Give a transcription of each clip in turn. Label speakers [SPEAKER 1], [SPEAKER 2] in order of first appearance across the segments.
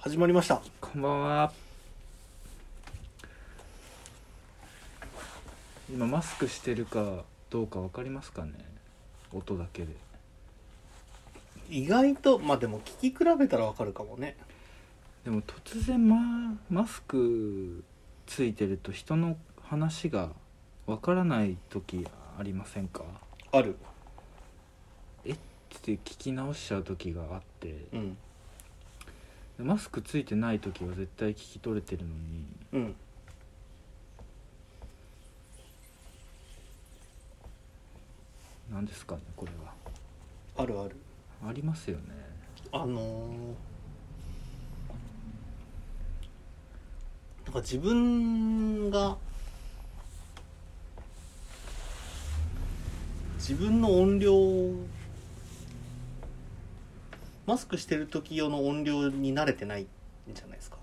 [SPEAKER 1] 始まりました
[SPEAKER 2] こんばんは。今マスクしてるかどうかわかりますかね。音だけで。
[SPEAKER 1] 意外とまあでも聞き比べたらわかるかもね
[SPEAKER 2] でも突然ママスクついてると人の話がわからない時ありませんか。
[SPEAKER 1] ある
[SPEAKER 2] って聞き直しちゃう時があって、
[SPEAKER 1] うん
[SPEAKER 2] マスクついてない時は絶対聞き取れてるのに。
[SPEAKER 1] うん
[SPEAKER 2] 何ですかねこれは。
[SPEAKER 1] あるある
[SPEAKER 2] ありますよね。
[SPEAKER 1] あのーなんか自分が自分の音量マスクしてる時用の音量に慣れてないんじゃないですか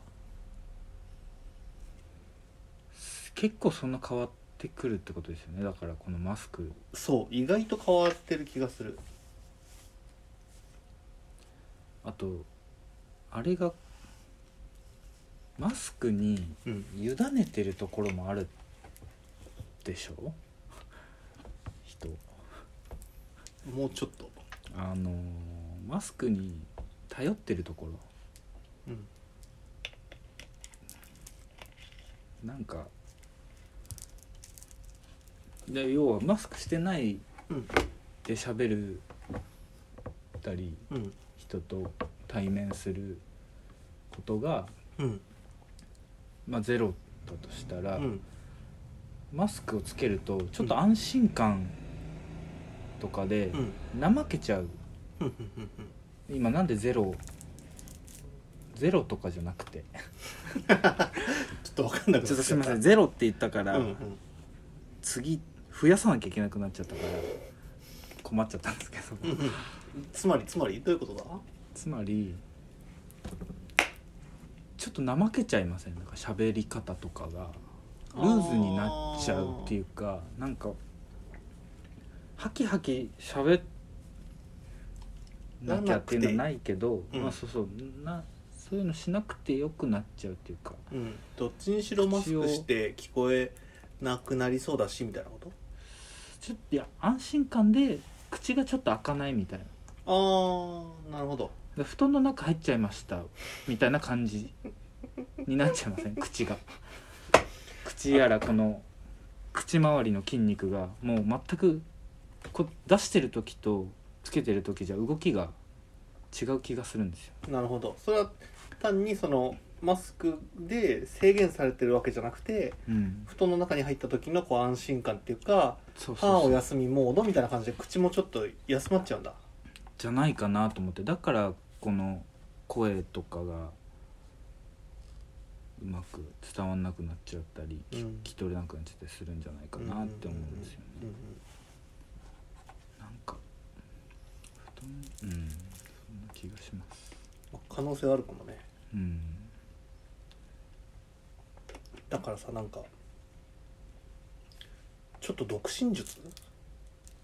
[SPEAKER 2] 結構そんな変わってくるってことですよね。だからこのマスク。
[SPEAKER 1] そう意外と変わってる気がする
[SPEAKER 2] あとあれがマスクに
[SPEAKER 1] うん
[SPEAKER 2] 委ねてるところもあるでしょ人
[SPEAKER 1] もうちょっと
[SPEAKER 2] あのーマスクに頼ってるところ
[SPEAKER 1] うん
[SPEAKER 2] なんかで要はマスクしてない
[SPEAKER 1] うん
[SPEAKER 2] で喋るたり
[SPEAKER 1] うん
[SPEAKER 2] 人と対面することが、
[SPEAKER 1] うん
[SPEAKER 2] まあ、ゼロだとしたら、
[SPEAKER 1] うん
[SPEAKER 2] マスクをつけるとちょっと安心感とかで
[SPEAKER 1] うん
[SPEAKER 2] 怠けちゃう
[SPEAKER 1] うんうんうんうん
[SPEAKER 2] 今なんでゼロゼロとかじゃなくて
[SPEAKER 1] ちょっとわかんなくな
[SPEAKER 2] ちょっとすみません
[SPEAKER 1] ん
[SPEAKER 2] ゼロって言ったから、
[SPEAKER 1] うんうん
[SPEAKER 2] 次増やさなきゃいけなくなっちゃったから困っちゃったんですけど、
[SPEAKER 1] うんうんつまりつまりどういうことだ
[SPEAKER 2] つまりちょっと怠けちゃいませんなんか喋り方とかがルーズになっちゃうっていうかなんかハキハキ喋っなきゃっていうのはないけど
[SPEAKER 1] てうん
[SPEAKER 2] まあそうそうなそういうのしなくてよくなっちゃうっていうか
[SPEAKER 1] うんどっちにしろマスクして聞こえなくなりそうだしみたいなこと
[SPEAKER 2] ちょっといや安心感で口がちょっと開かないみたいな
[SPEAKER 1] ああなるほど
[SPEAKER 2] で布団の中入っちゃいましたみたいな感じになっちゃいません口が口やらこの口周りの筋肉がもう全くこ出してる時とつけてる時じゃ動きが違う気がするんですよ
[SPEAKER 1] なるほどそれは単にそのマスクで制限されてるわけじゃなくて
[SPEAKER 2] うん
[SPEAKER 1] 布団の中に入った時のこう安心感っていうか
[SPEAKER 2] そう
[SPEAKER 1] 歯
[SPEAKER 2] そう
[SPEAKER 1] お
[SPEAKER 2] そう
[SPEAKER 1] 休みモードみたいな感じで口もちょっと休まっちゃうんだ
[SPEAKER 2] じゃないかなと思ってだからこの声とかがうまく伝わんなくなっちゃったり聞
[SPEAKER 1] うん
[SPEAKER 2] 聞き取れなくなっちゃったりするんじゃないかなって思うんですよね、
[SPEAKER 1] うんうんうん
[SPEAKER 2] なんか布団うんそんな気がします
[SPEAKER 1] まあ可能性あるかもね
[SPEAKER 2] うん
[SPEAKER 1] だからさなんかちょっと独身術、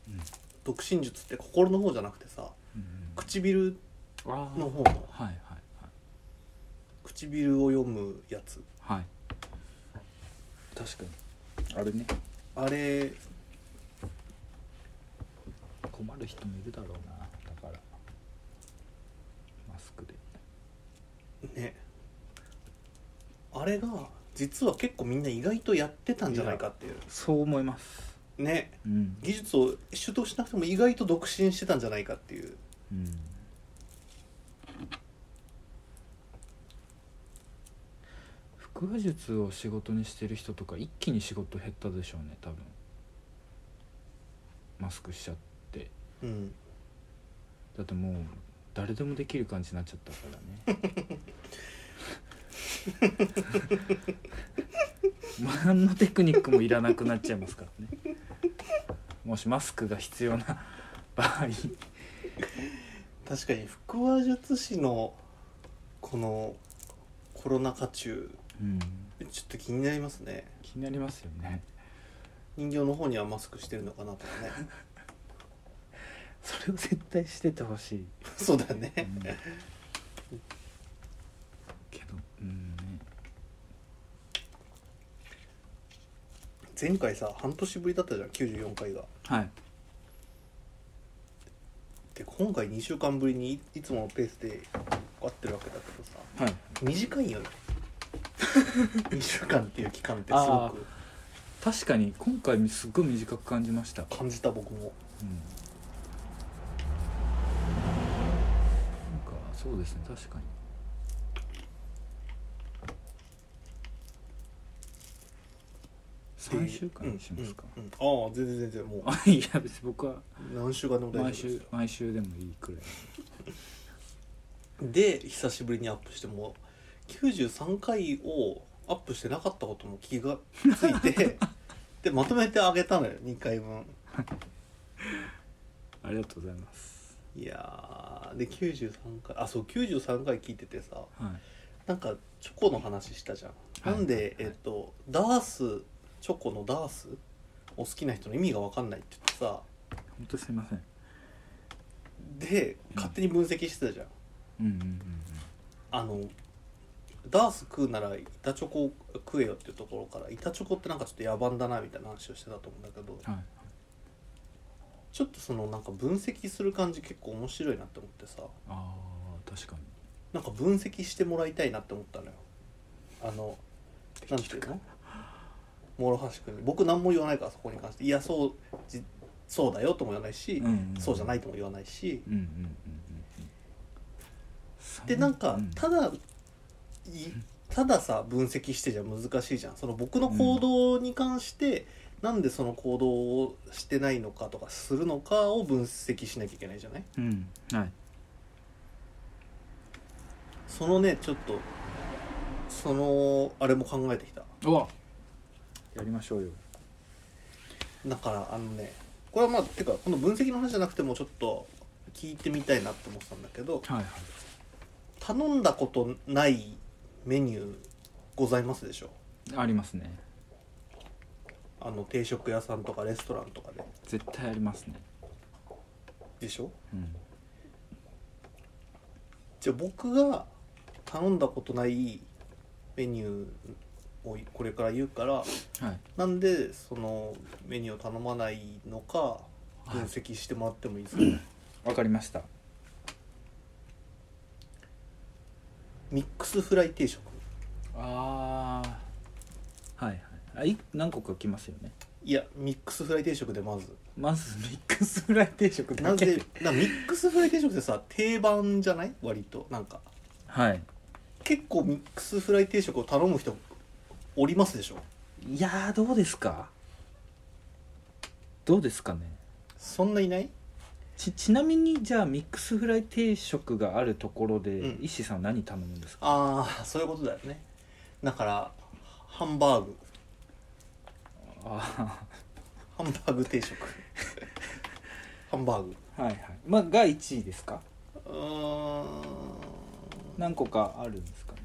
[SPEAKER 2] うん
[SPEAKER 1] 独身術って心の方じゃなくてさ
[SPEAKER 2] うん
[SPEAKER 1] 唇
[SPEAKER 2] あー
[SPEAKER 1] の方の
[SPEAKER 2] はいはい
[SPEAKER 1] 唇を読むやつ
[SPEAKER 2] はいはい確かにあれね
[SPEAKER 1] あれ
[SPEAKER 2] 困る人もいるだろうなだからマスクで
[SPEAKER 1] ねあれが実は結構みんな意外とやってたんじゃないかっていう
[SPEAKER 2] そう思います
[SPEAKER 1] ね
[SPEAKER 2] うん、
[SPEAKER 1] 技術を主導しなくても意外と独身してたんじゃないかっていう
[SPEAKER 2] うん、腹話術を仕事にしてる人とか一気に仕事減ったでしょうね多分マスクしちゃって
[SPEAKER 1] うん
[SPEAKER 2] だってもう誰でもできる感じになっちゃったからね何のテクニックもいらなくなっちゃいますからねもしマスクが必要な場合
[SPEAKER 1] 確かに腹話術師のこのコロナ禍中
[SPEAKER 2] うん
[SPEAKER 1] ちょっと気になりますね
[SPEAKER 2] 気になりますよね
[SPEAKER 1] 人形の方にはマスクしてるのかなとかね
[SPEAKER 2] それを絶対しててほしい、
[SPEAKER 1] そうだね
[SPEAKER 2] うんうんね
[SPEAKER 1] 前回さ半年ぶりだったじゃん94回が
[SPEAKER 2] はい
[SPEAKER 1] で今回2週間ぶりにいいつものペースで合ってるわけだけどさ
[SPEAKER 2] はい
[SPEAKER 1] 短いよ ね2週間っていう期間ってすご
[SPEAKER 2] あ
[SPEAKER 1] く
[SPEAKER 2] 確かに今回すっごい短く感じました、うん、
[SPEAKER 1] 感じた僕も
[SPEAKER 2] なんかそうですね確かに3週間にしますか、
[SPEAKER 1] うんうんうんああ全然全然もう
[SPEAKER 2] あいや別に僕は
[SPEAKER 1] 何週間でも大丈夫
[SPEAKER 2] 毎
[SPEAKER 1] です
[SPEAKER 2] 週毎週でもいいくらい
[SPEAKER 1] で久しぶりにアップしても93回をアップしてなかったことも気がつい てでまとめてあげたのよ2回分
[SPEAKER 2] ありがとうございます
[SPEAKER 1] いやーで93回あそう93回聞いててさ
[SPEAKER 2] はい
[SPEAKER 1] なんかチョコの話したじゃん、
[SPEAKER 2] はい
[SPEAKER 1] なんで、
[SPEAKER 2] はい
[SPEAKER 1] えっとダースチョコのダースを好きな人の意味が分かんないって言ってさ
[SPEAKER 2] 本当すいません
[SPEAKER 1] で勝手に分析してたじゃん
[SPEAKER 2] うんうんうんうん
[SPEAKER 1] あのダース食うなら板チョコ食えよっていうところから板チョコってなんかちょっと野蛮だなみたいな話をしてたと思うんだけど
[SPEAKER 2] はい
[SPEAKER 1] ちょっとそのなんか分析する感じ結構面白いなって思ってさ
[SPEAKER 2] ああ確かに
[SPEAKER 1] なんか分析してもらいたいなって思ったのよあのなんていうの諸橋君に僕何も言わないからそこに関していやそうじそうだよとも言わないし、
[SPEAKER 2] ん
[SPEAKER 1] そうじゃないとも言わないし
[SPEAKER 2] うんうんうんうんうん
[SPEAKER 1] でなんか
[SPEAKER 2] う
[SPEAKER 1] ただ、いたださ分析してじゃ難しいじゃんその僕の行動に関して、なんでその行動をしてないのかとかするのかを分析しなきゃいけないじゃない
[SPEAKER 2] うんはい
[SPEAKER 1] そのねちょっとそのあれも考えてきた
[SPEAKER 2] うわやりましょうよ
[SPEAKER 1] だからあのねこれはまあてかこの分析の話じゃなくてもちょっと聞いてみたいなって思ってたんだけど
[SPEAKER 2] はいはい
[SPEAKER 1] 頼んだことないメニューございますでしょ
[SPEAKER 2] ありますね
[SPEAKER 1] あの定食屋さんとかレストランとかで
[SPEAKER 2] 絶対ありますね
[SPEAKER 1] でしょ
[SPEAKER 2] うん
[SPEAKER 1] じゃあ僕が頼んだことないメニューをこれから言うから
[SPEAKER 2] はい
[SPEAKER 1] なんでそのメニューを頼まないのか分析してもらってもいいですか、
[SPEAKER 2] わかりました
[SPEAKER 1] ミックスフライ定食
[SPEAKER 2] ああはいはいあい何個か来ますよね
[SPEAKER 1] いやミックスフライ定食でまず
[SPEAKER 2] まずミックスフライ定食
[SPEAKER 1] な
[SPEAKER 2] だけ
[SPEAKER 1] ぜなミックスフライ定食ってさ定番じゃない割となんか
[SPEAKER 2] はい
[SPEAKER 1] 結構ミックスフライ定食を頼む人おりますでしょ
[SPEAKER 2] いやーどうですかどうですかね
[SPEAKER 1] そんないない
[SPEAKER 2] ちちなみにじゃあミックスフライ定食があるところで、
[SPEAKER 1] うん
[SPEAKER 2] 石さん何頼む んですか
[SPEAKER 1] ああそういうことだよねだからハンバーグ
[SPEAKER 2] あ
[SPEAKER 1] ハンバーグ定 食ハンバーグ
[SPEAKER 2] あはいはいまあが1位ですか
[SPEAKER 1] うーん
[SPEAKER 2] 何個かあるんですかね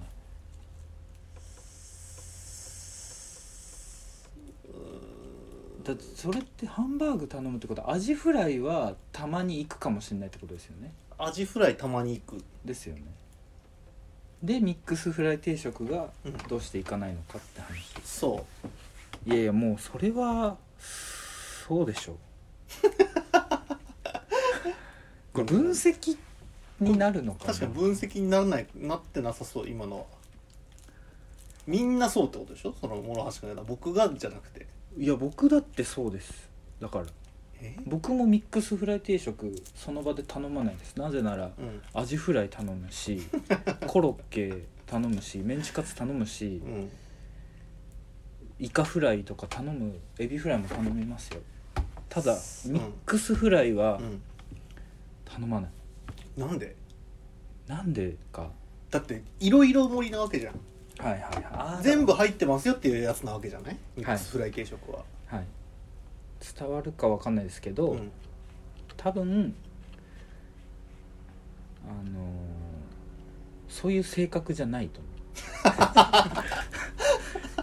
[SPEAKER 2] だってそれってハンバーグ頼むってことはアジフライはたまに行くかもしれないってことですよね
[SPEAKER 1] アジフライたまに行く
[SPEAKER 2] ですよねでミックスフライ定食が
[SPEAKER 1] うん
[SPEAKER 2] どうして行かないのかって話、
[SPEAKER 1] そ
[SPEAKER 2] いやいやもうそれはそうでし ょうこれ分析になるの
[SPEAKER 1] う
[SPEAKER 2] かな
[SPEAKER 1] 確かに分析にならないなってなさそう今のはみんなそうってことでしょその諸橋君が僕がじゃなくて
[SPEAKER 2] いや僕だってそうですだから
[SPEAKER 1] え
[SPEAKER 2] 僕もミックスフライ定食その場で頼まないですなぜなら
[SPEAKER 1] うん
[SPEAKER 2] アジフライ頼む しコロッケ頼むしメンチカツ頼むし
[SPEAKER 1] うん
[SPEAKER 2] イカフライとか頼むエビフライも頼みますよただ
[SPEAKER 1] うん
[SPEAKER 2] ミックスフライは
[SPEAKER 1] うん
[SPEAKER 2] 頼まない、
[SPEAKER 1] なんで
[SPEAKER 2] なんでか
[SPEAKER 1] だっていろいろ盛りなわけじゃん
[SPEAKER 2] はいはいはいあー
[SPEAKER 1] 全部入ってますよっていうやつなわけじゃないミック
[SPEAKER 2] は
[SPEAKER 1] スフライ定食は、
[SPEAKER 2] はい伝わるかわかんないですけど、
[SPEAKER 1] うん
[SPEAKER 2] 多分あのーそういう性格じゃない と思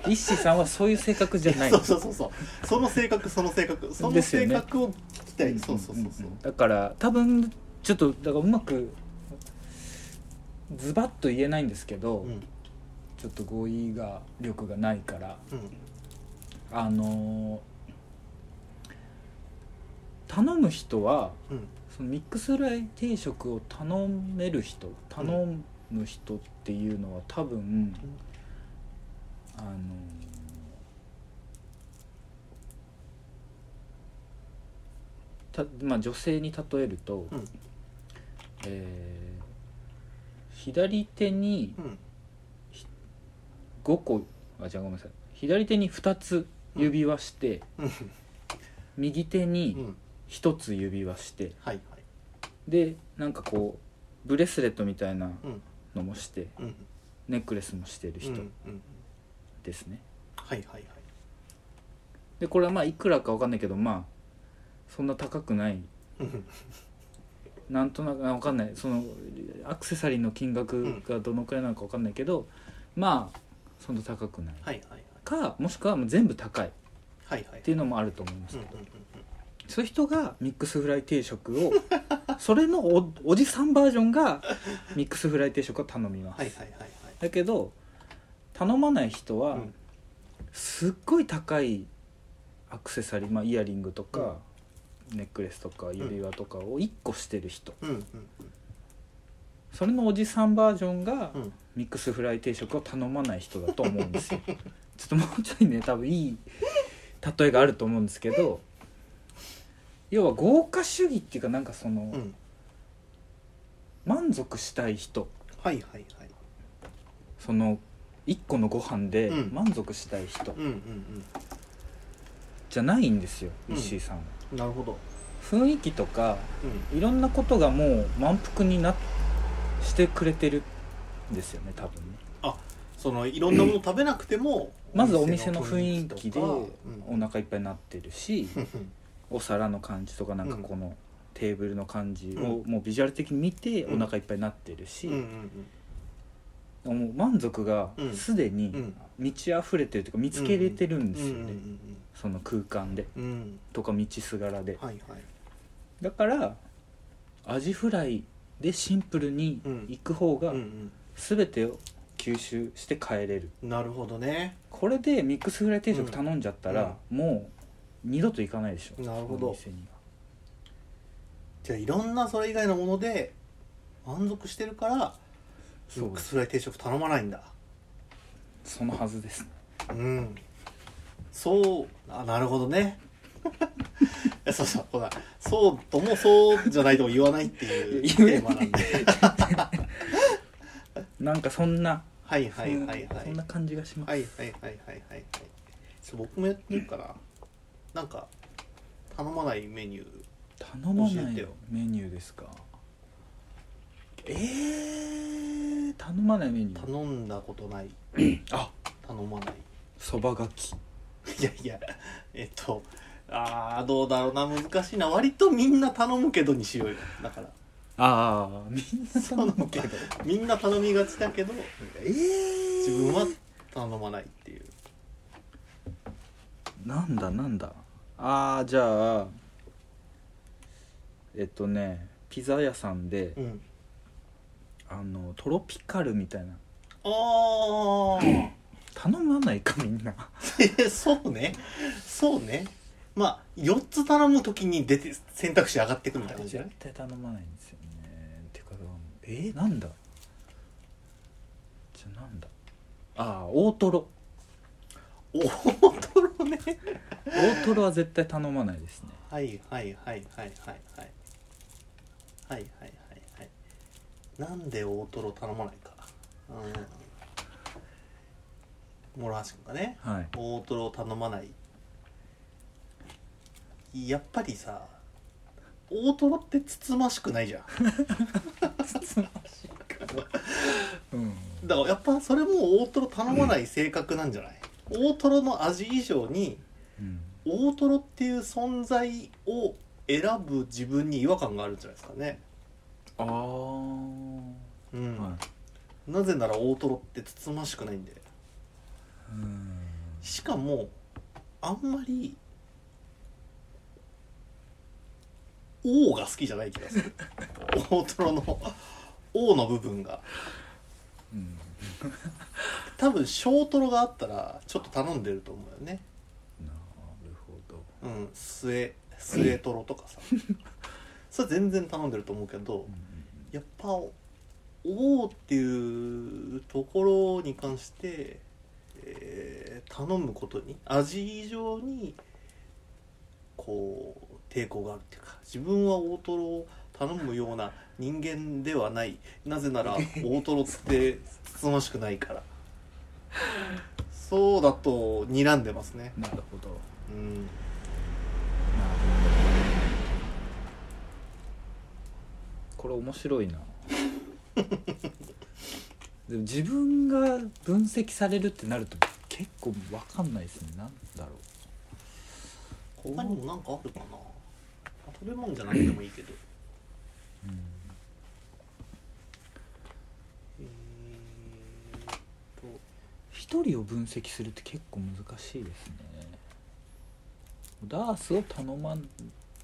[SPEAKER 2] う一志さんはそういう性格じゃない
[SPEAKER 1] そうそうそうそうその性格その性格その
[SPEAKER 2] ですよ
[SPEAKER 1] 性
[SPEAKER 2] ね
[SPEAKER 1] 格を聞きたい、
[SPEAKER 2] ん
[SPEAKER 1] そうそうそうそう、
[SPEAKER 2] んだから多分ちょっとだからうまくズバッと言えないんですけど、
[SPEAKER 1] うん
[SPEAKER 2] ちょっと語彙が力がないから
[SPEAKER 1] うん
[SPEAKER 2] あのー頼む人は
[SPEAKER 1] うん
[SPEAKER 2] そのミックスライ定食を頼める人頼む人っていうのは多分、あのーたまあ、女性に例えると、
[SPEAKER 1] うん
[SPEAKER 2] えー左手に
[SPEAKER 1] うん
[SPEAKER 2] 5個あ違うごめんなさい左手に2つ指輪して、
[SPEAKER 1] うん
[SPEAKER 2] 右手
[SPEAKER 1] う
[SPEAKER 2] に
[SPEAKER 1] ん
[SPEAKER 2] 1つ指輪して
[SPEAKER 1] はいはい
[SPEAKER 2] でなんかこうブレスレットみたいな
[SPEAKER 1] うん
[SPEAKER 2] のもして
[SPEAKER 1] うん
[SPEAKER 2] ネックレスもしてる
[SPEAKER 1] う
[SPEAKER 2] 人
[SPEAKER 1] んうん
[SPEAKER 2] ですね、
[SPEAKER 1] はいはいはい
[SPEAKER 2] でこれはまあいくらかわかんないけどまあそんな高くない
[SPEAKER 1] うん
[SPEAKER 2] なんとなくあわかんないそのアクセサリーの金額がどのくらいなのかわかんないけど、まあそんな高くない
[SPEAKER 1] はいはい
[SPEAKER 2] かもしくはもう全部高いっ
[SPEAKER 1] はいはいはい
[SPEAKER 2] ていうのもあると思います
[SPEAKER 1] うん
[SPEAKER 2] け
[SPEAKER 1] うん
[SPEAKER 2] ど、
[SPEAKER 1] うんうん
[SPEAKER 2] そういう人がミックスフライ定食をそれのおおじさんバージョンがミックスフライ定食を頼みます、
[SPEAKER 1] はいはいはいはい
[SPEAKER 2] だけど頼まない人は、
[SPEAKER 1] うん
[SPEAKER 2] すっごい高いアクセサリー、まあ、イヤリングとか、ネックレスとか指輪とかを1個してる人、
[SPEAKER 1] うんうん
[SPEAKER 2] それのおじさんバージョンが
[SPEAKER 1] うんうん
[SPEAKER 2] ミックスフライ定食を頼まない人だと思うんですよ ちょっともうちょいね多分いい例えがあると思うんですけど要は豪華主義っていうかなんかその、
[SPEAKER 1] うん
[SPEAKER 2] 満足したい人
[SPEAKER 1] はいはいはい
[SPEAKER 2] その1個のご飯で
[SPEAKER 1] うん
[SPEAKER 2] 満足したい人
[SPEAKER 1] うんうん
[SPEAKER 2] じゃないんですよ、
[SPEAKER 1] うん
[SPEAKER 2] 石井さんは
[SPEAKER 1] うんなるほど
[SPEAKER 2] 雰囲気とか
[SPEAKER 1] うん
[SPEAKER 2] いろんなことがもう満腹になしてくれてるんですよね多分ね
[SPEAKER 1] そのいろんなもの食べなくても
[SPEAKER 2] まずお店の雰囲気で
[SPEAKER 1] とか
[SPEAKER 2] お
[SPEAKER 1] うん
[SPEAKER 2] 腹いっぱいになってるし、
[SPEAKER 1] うん
[SPEAKER 2] お皿の感じとかなんか
[SPEAKER 1] うん
[SPEAKER 2] このテーブルの感じを
[SPEAKER 1] う
[SPEAKER 2] もうビジュアル的に見てお
[SPEAKER 1] うん
[SPEAKER 2] 腹いっぱいになってるし、
[SPEAKER 1] うんうん
[SPEAKER 2] もう満足が
[SPEAKER 1] うん
[SPEAKER 2] すでに
[SPEAKER 1] うん
[SPEAKER 2] 満ち溢れてるというか見つけれてるんですよね、
[SPEAKER 1] うん
[SPEAKER 2] その空間で
[SPEAKER 1] うんうんうん
[SPEAKER 2] とか道すがらで
[SPEAKER 1] はいはい
[SPEAKER 2] だからアジフライでシンプルに行く方が
[SPEAKER 1] うん
[SPEAKER 2] 全てを吸収して帰れる
[SPEAKER 1] うんなるほどね
[SPEAKER 2] これでミックスフライ定食頼んじゃったら、もう二度と行かないでしょ
[SPEAKER 1] なるほど
[SPEAKER 2] お店には
[SPEAKER 1] じゃあいろんなそれ以外のもので満足してるからミ
[SPEAKER 2] そう
[SPEAKER 1] ックスフライ定食頼まないんだ
[SPEAKER 2] そのはずです
[SPEAKER 1] う
[SPEAKER 2] ね
[SPEAKER 1] んそうあなるほどね いやそうそうほらそうともそうじゃないとも言わないっていう
[SPEAKER 2] 言え
[SPEAKER 1] テーマなんで
[SPEAKER 2] なんかそんな
[SPEAKER 1] はいはいはいはい
[SPEAKER 2] そんな感じがします、
[SPEAKER 1] はいはいはいはいはいはいちょっと僕もやってみるからなんか頼まないメニュー
[SPEAKER 2] 頼まな
[SPEAKER 1] 教えて
[SPEAKER 2] い
[SPEAKER 1] よ
[SPEAKER 2] メニューですかえー、頼まないメニュー
[SPEAKER 1] 頼んだことない
[SPEAKER 2] あ
[SPEAKER 1] 頼まない
[SPEAKER 2] そばがき
[SPEAKER 1] いやいやえっとあーどうだろうな難しいな割とみんな頼むけどにしようよだから
[SPEAKER 2] ああみんな頼むけど
[SPEAKER 1] みんな頼みがちだけど
[SPEAKER 2] えー、
[SPEAKER 1] 自分は頼まないっていう
[SPEAKER 2] なんだなんだああじゃあえっとねピザ屋さんで、
[SPEAKER 1] うん
[SPEAKER 2] あのトロピカルみたいな
[SPEAKER 1] ああ
[SPEAKER 2] 頼まないかみんな
[SPEAKER 1] そうねそうねまあ4つ頼む時に出て選択肢上がってくみたいな感じじゃ
[SPEAKER 2] 絶
[SPEAKER 1] ない
[SPEAKER 2] 対頼まないんですよねてかえー、なんだじゃあなんだああ大トロ
[SPEAKER 1] おートロね
[SPEAKER 2] 大トロは絶対頼まないですね
[SPEAKER 1] はいはいはいはいはいはいはいはいはいはいなんで大トロ頼まないかうん諸橋君がね
[SPEAKER 2] はい
[SPEAKER 1] 大トロ頼まないやっぱりさ大トロってつつましくないじゃん
[SPEAKER 2] うん
[SPEAKER 1] だからやっぱそれも大トロ頼まない性格なんじゃない、大トロの味以上に
[SPEAKER 2] うん
[SPEAKER 1] 大トロっていう存在を選ぶ自分に違和感があるんじゃないですかね
[SPEAKER 2] ああ、
[SPEAKER 1] うん、
[SPEAKER 2] はい
[SPEAKER 1] なぜなら大トロってつつましくないんで
[SPEAKER 2] うん
[SPEAKER 1] しかもあんまり王が好きじゃない気が する大トロの王の部分が
[SPEAKER 2] うん
[SPEAKER 1] 多分小トロがあったらちょっと頼んでると思うよね
[SPEAKER 2] なるほど
[SPEAKER 1] うん末末トロと かさそれ全然頼んでると思うけどやっぱおおーっていうところに関して、えー頼むことに味以上にこう抵抗があるっていうか自分は大トロを頼むような人間ではないなぜなら大トロってつつましくないからそうだと睨んでますね
[SPEAKER 2] なるほど
[SPEAKER 1] うん
[SPEAKER 2] これ面白いな でも自分が分析されるってなると結構わかんないですねなんだろう
[SPEAKER 1] 他にも何かあるかな食べ物じゃなくてもいいけど
[SPEAKER 2] うん
[SPEAKER 1] えーっと
[SPEAKER 2] 一人を分析するって結構難しいですねダースを頼まん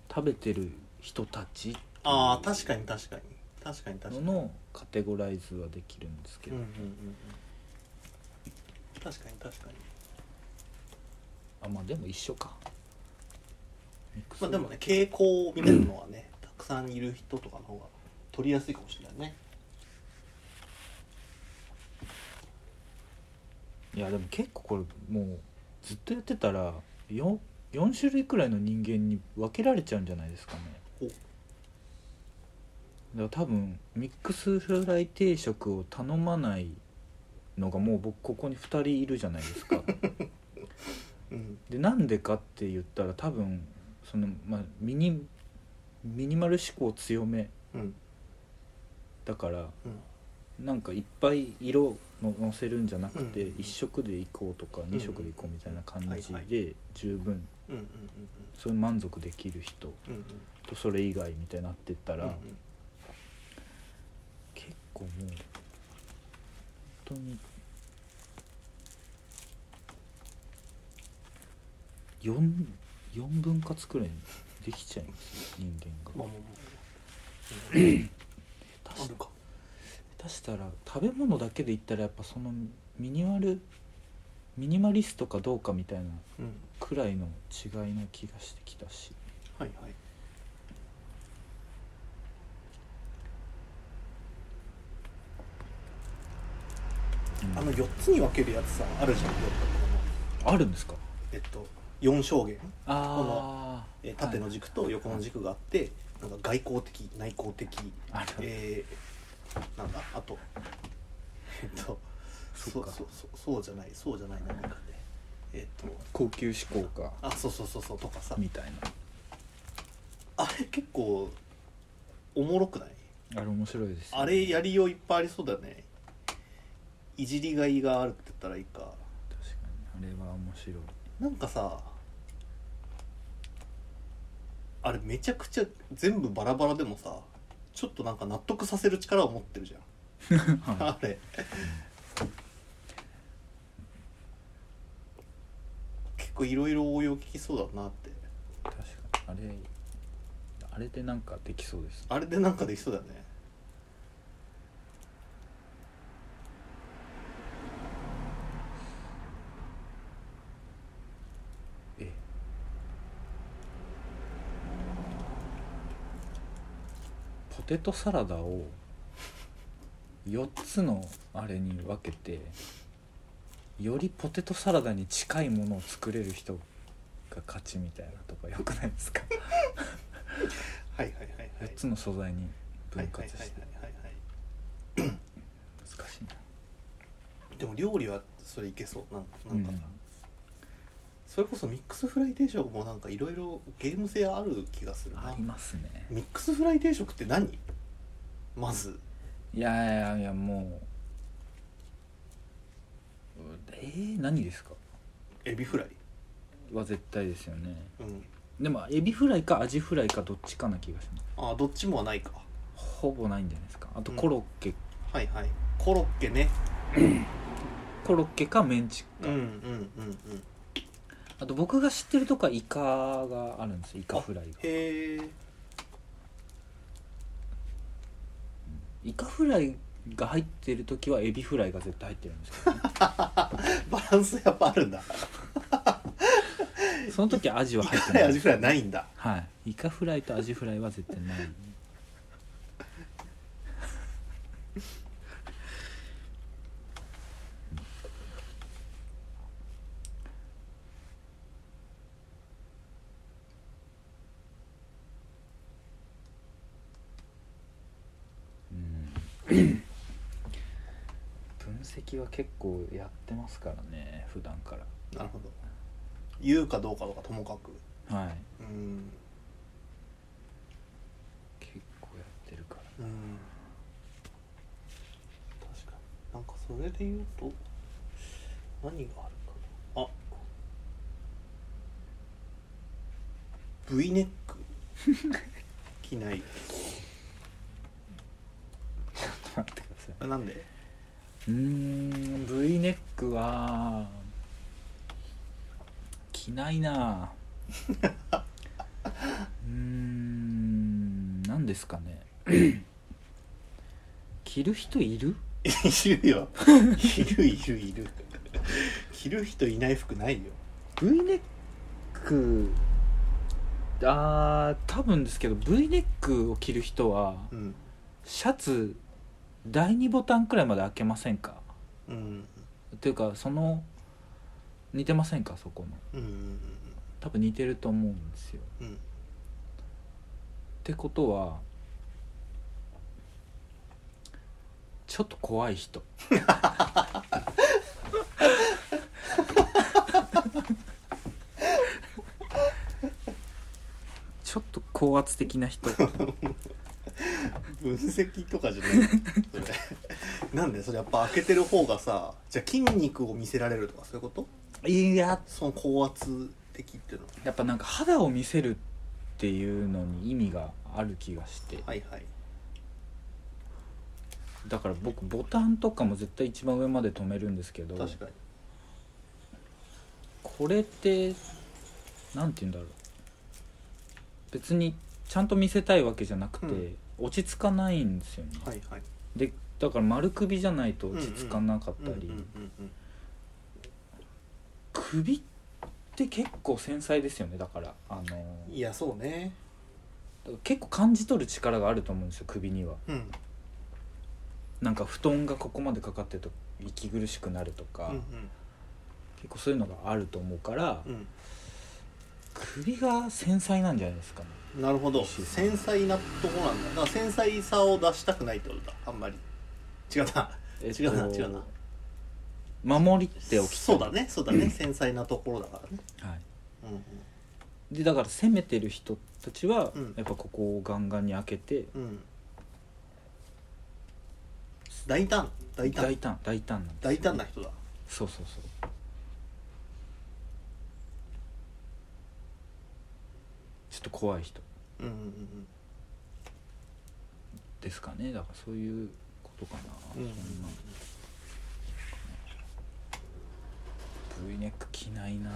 [SPEAKER 2] 食べてる人たちっていう
[SPEAKER 1] ああ確かに確かに確かに確か
[SPEAKER 2] の
[SPEAKER 1] に
[SPEAKER 2] のカテゴライズはできるんですけ
[SPEAKER 1] うんう
[SPEAKER 2] ど、
[SPEAKER 1] んうんうん確かに確かに
[SPEAKER 2] あまあでも一緒かミックス
[SPEAKER 1] まあでもね傾向みたいなのはね、たくさんいる人とかの方が取りやすいかもしれないね
[SPEAKER 2] いやでも結構これもうずっとやってたら 4, 4種類くらいの人間に分けられちゃうんじゃないですかね
[SPEAKER 1] ほう
[SPEAKER 2] だから多分ミックスフライ定食を頼まないのがもう僕ここに2人いるじゃないです か
[SPEAKER 1] うん
[SPEAKER 2] でなんでかって言ったら多分その、まあ、ミニミニマル思考強め
[SPEAKER 1] うん
[SPEAKER 2] だから
[SPEAKER 1] うん
[SPEAKER 2] なんかいっぱい色ののせるんじゃなくて
[SPEAKER 1] うん
[SPEAKER 2] 1色でいこうとか2色でいこうみたいな感じ
[SPEAKER 1] はいは
[SPEAKER 2] で十分
[SPEAKER 1] うんうんうん
[SPEAKER 2] それ満足できる人
[SPEAKER 1] うんうん
[SPEAKER 2] とそれ以外みたいになってったら、
[SPEAKER 1] うん
[SPEAKER 2] 結構もう本当に四四分割くらいできちゃいますよ人間
[SPEAKER 1] まあ
[SPEAKER 2] が
[SPEAKER 1] まあまあうん
[SPEAKER 2] 下手
[SPEAKER 1] あ
[SPEAKER 2] し
[SPEAKER 1] るか
[SPEAKER 2] 下手したら食べ物だけで言ったらやっぱそのミニマルミニマリストかどうかみたいな
[SPEAKER 1] うん
[SPEAKER 2] くらいの違いの気がしてきたし
[SPEAKER 1] はいはいあの4つに分けるやつさあるじゃん
[SPEAKER 2] あるんですか
[SPEAKER 1] えっと4証言
[SPEAKER 2] あ
[SPEAKER 1] えー縦の軸と横の軸があって、なんか外交的内向的
[SPEAKER 2] あある
[SPEAKER 1] えー、なんだあとえっと
[SPEAKER 2] そ
[SPEAKER 1] そうう
[SPEAKER 2] か
[SPEAKER 1] そうそうそうじゃないそうじゃない何かでえっと
[SPEAKER 2] 高級志向か
[SPEAKER 1] あそうそうそうそうとかさ
[SPEAKER 2] みたい
[SPEAKER 1] あれ結構おもろくない
[SPEAKER 2] なあれ面白いですよね、
[SPEAKER 1] あれやりよういっぱいありそうだねいじりがいがあるって言ったらいいか
[SPEAKER 2] 確かにあれは面白い
[SPEAKER 1] なんかさあれめちゃくちゃ全部バラバラでもさちょっとなんか納得させる力を持ってるじゃん あれ結構いろいろ応用効きそうだなって
[SPEAKER 2] 確かにあれあれでなんかできそうです
[SPEAKER 1] あれでなんかできそうだね
[SPEAKER 2] えポテトサラダを4つのあれに分けてよりポテトサラダに近いものを作れる人が勝ちみたいなとかよくない ですか
[SPEAKER 1] はいはいはいはい
[SPEAKER 2] 4つの素材に
[SPEAKER 1] はい
[SPEAKER 2] 分
[SPEAKER 1] はいは
[SPEAKER 2] 割
[SPEAKER 1] い
[SPEAKER 2] し
[SPEAKER 1] はい
[SPEAKER 2] て
[SPEAKER 1] はいは
[SPEAKER 2] 難しいない
[SPEAKER 1] でも料理はそれいけそうなんなんかさ、
[SPEAKER 2] うん
[SPEAKER 1] それこそミックスフライ定食もなんかいろいろゲーム性ある気がするな
[SPEAKER 2] ありますね
[SPEAKER 1] ミックスフライ定食って何まず
[SPEAKER 2] いやいやいやもううえー、何ですか
[SPEAKER 1] エビフライ
[SPEAKER 2] は絶対ですよね
[SPEAKER 1] うん
[SPEAKER 2] でもエビフライかアジフライかどっちかな気がします
[SPEAKER 1] あどっちもはないか
[SPEAKER 2] ほぼないんじゃないですかあと
[SPEAKER 1] うん
[SPEAKER 2] コロッケ、
[SPEAKER 1] はいはいコロッケね
[SPEAKER 2] コロッケかメンチ
[SPEAKER 1] うんうんうんうん
[SPEAKER 2] あと僕が知ってるとこはイカがあるんですよイカフライが
[SPEAKER 1] へえ
[SPEAKER 2] イカフライが入ってる時はエビフライが絶対入ってるんですけど、ね、
[SPEAKER 1] バランスやっぱあるんだ
[SPEAKER 2] その時 アジは入って
[SPEAKER 1] 辛
[SPEAKER 2] ないい
[SPEAKER 1] 味フライないんだ
[SPEAKER 2] はいイカフライとアジフライは絶対ない分析は結構やってますからね普段から
[SPEAKER 1] なるほど言うかどうかとかともかく
[SPEAKER 2] はい
[SPEAKER 1] うん
[SPEAKER 2] 結構やってるから
[SPEAKER 1] うん確かになんかそれで言うと何があるかなあ V ネッ ク着ない
[SPEAKER 2] 待ってください
[SPEAKER 1] あなんで
[SPEAKER 2] うーん V ネックは着ないな うーん何ですかね 着る人いる
[SPEAKER 1] いるよいるいるいる着る人いない服ないよ
[SPEAKER 2] V ネックあー多分ですけど V ネックを着る人は
[SPEAKER 1] うん
[SPEAKER 2] シャツ第2ボタンくらいまで開けませんか
[SPEAKER 1] うん
[SPEAKER 2] というかその似てませんかそこの
[SPEAKER 1] うんうん
[SPEAKER 2] 多分似てると思うんですよ
[SPEAKER 1] うんうん
[SPEAKER 2] ってことはちょっと怖い人ちょっと高圧的な人
[SPEAKER 1] 分析とかじゃないそれなんでそれやっぱ開けてる方がさじゃあ筋肉を見せられるとかそういうこと
[SPEAKER 2] いや
[SPEAKER 1] その高圧的っていうのは
[SPEAKER 2] やっぱなんか肌を見せるっていうのに意味がある気がして
[SPEAKER 1] はいはい
[SPEAKER 2] だから僕ボタンとかも絶対一番上まで止めるんですけど
[SPEAKER 1] 確かに
[SPEAKER 2] これってなんて言うんだろう別にちゃんと見せたいわけじゃなくて、
[SPEAKER 1] うん
[SPEAKER 2] 落ち着かないんですよね、
[SPEAKER 1] はいはい
[SPEAKER 2] でだから丸首じゃないと落ち着かなかっ
[SPEAKER 1] うん
[SPEAKER 2] た
[SPEAKER 1] う
[SPEAKER 2] り、
[SPEAKER 1] んうん
[SPEAKER 2] 首って結構繊細ですよねだからあのだか
[SPEAKER 1] うんいやそうね
[SPEAKER 2] ら結構感じ取る力があると思うんですよ首には
[SPEAKER 1] うん
[SPEAKER 2] なんか布団がここまでかかってると息苦しくなると
[SPEAKER 1] う
[SPEAKER 2] か、
[SPEAKER 1] ん
[SPEAKER 2] 結構そういうのがあると思うから、
[SPEAKER 1] うん
[SPEAKER 2] 首が繊細なんじゃないですかね
[SPEAKER 1] うんなるほど繊細なとこなんだだから繊細さを出したくないってことだあんまり違うな
[SPEAKER 2] えっと
[SPEAKER 1] 違うな違うな
[SPEAKER 2] 守っておきたい
[SPEAKER 1] そうだねそうだね、繊細なところだからね
[SPEAKER 2] はい
[SPEAKER 1] うん
[SPEAKER 2] でだから攻めてる人たちは、
[SPEAKER 1] うん
[SPEAKER 2] やっぱここをガンガンに開けて
[SPEAKER 1] うん、うん、大胆大胆
[SPEAKER 2] 大胆大胆なんですよ
[SPEAKER 1] 大胆な人だ
[SPEAKER 2] そうそうそうちょっと怖い人
[SPEAKER 1] うんうんうん
[SPEAKER 2] ですかねだからそういうことかな、
[SPEAKER 1] うんうん
[SPEAKER 2] そんな V ネック着ないな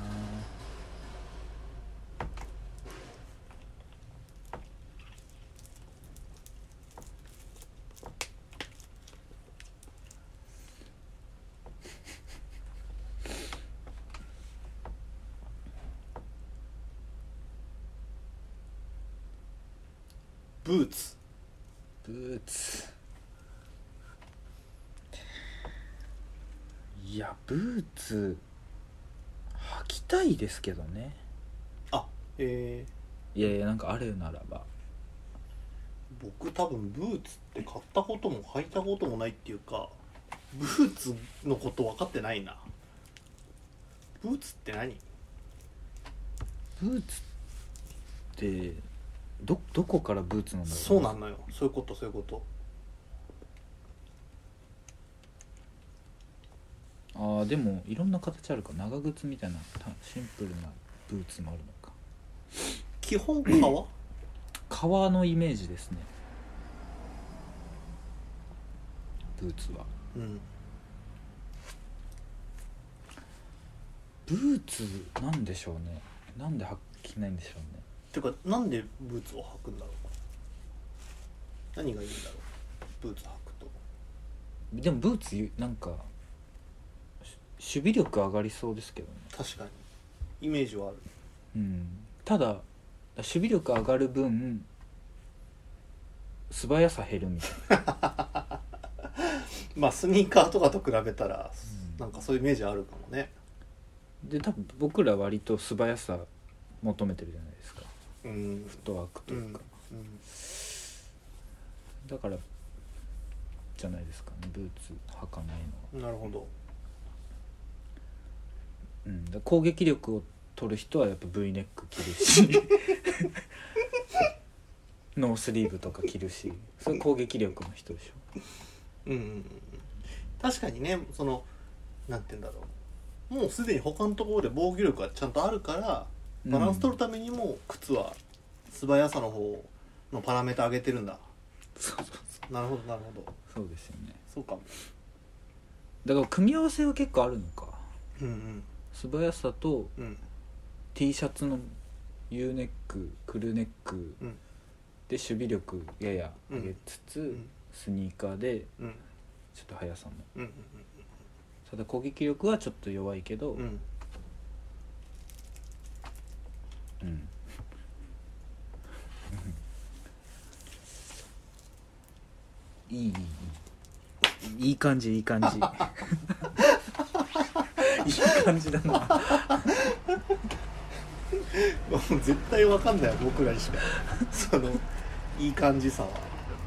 [SPEAKER 1] ブーツ
[SPEAKER 2] ブーツいやブーツ履きたいですけどね
[SPEAKER 1] あえー
[SPEAKER 2] いやいやなんかあるならば
[SPEAKER 1] 僕多分ブーツって買ったことも履いたこともないっていうかブーツのこと分かってないなブーツって何
[SPEAKER 2] ブーツってどどこからブーツなんだろう
[SPEAKER 1] そうなのよそういうことそういうこと
[SPEAKER 2] あーでもいろんな形あるか長靴みたいなたシンプルなブーツもあるのか
[SPEAKER 1] 基本革
[SPEAKER 2] 革のイメージですねブーツは
[SPEAKER 1] うん
[SPEAKER 2] ブーツなんでしょうねなんで履きないんでしょうね
[SPEAKER 1] てかなんでブーツを履くんだろう何がいいんだろうブーツ履くと
[SPEAKER 2] でもブーツなんかし守備力上がりそうですけどね、
[SPEAKER 1] 確かにイメージはある
[SPEAKER 2] うん、ただ守備力上がる分素早さ減るみたいな
[SPEAKER 1] まあスニーカーとかと比べたら、
[SPEAKER 2] うん
[SPEAKER 1] なんかそういうイメージあるかもね
[SPEAKER 2] で多分僕ら割と素早さ求めてるじゃないですか
[SPEAKER 1] うん
[SPEAKER 2] フットワークと
[SPEAKER 1] う
[SPEAKER 2] いう
[SPEAKER 1] ん、、う
[SPEAKER 2] か
[SPEAKER 1] ん、
[SPEAKER 2] だからじゃないですかねブーツ履かないのは、
[SPEAKER 1] なるほど
[SPEAKER 2] うん、だから攻撃力を取る人はやっぱ V ネック着るし ノースリーブとか着るしそれ攻撃力の人でしょ
[SPEAKER 1] うんうんうん確かにねそのなんて言うんだろうもうすでに他のところで防御力がちゃんとあるからバランス取るためにも靴は素早さの方のパラメータ上げてるんだ
[SPEAKER 2] うんそうそう
[SPEAKER 1] なるほどなるほど
[SPEAKER 2] そうですよね
[SPEAKER 1] そうかも
[SPEAKER 2] だから組み合わせは結構あるのか
[SPEAKER 1] うん
[SPEAKER 2] 素早さと
[SPEAKER 1] うんうん
[SPEAKER 2] T シャツの U ネッククルーネック
[SPEAKER 1] うん
[SPEAKER 2] で守備力やや上げつつ、
[SPEAKER 1] うん
[SPEAKER 2] スニーカーで
[SPEAKER 1] うん
[SPEAKER 2] ちょっと速さも
[SPEAKER 1] うんうん
[SPEAKER 2] ただ攻撃力はちょっと弱いけど、
[SPEAKER 1] うんうん
[SPEAKER 2] うん いいいいいいいい感じいい感 じいい感じだな
[SPEAKER 1] もう絶対わかんない僕らにしかそのいい感じさは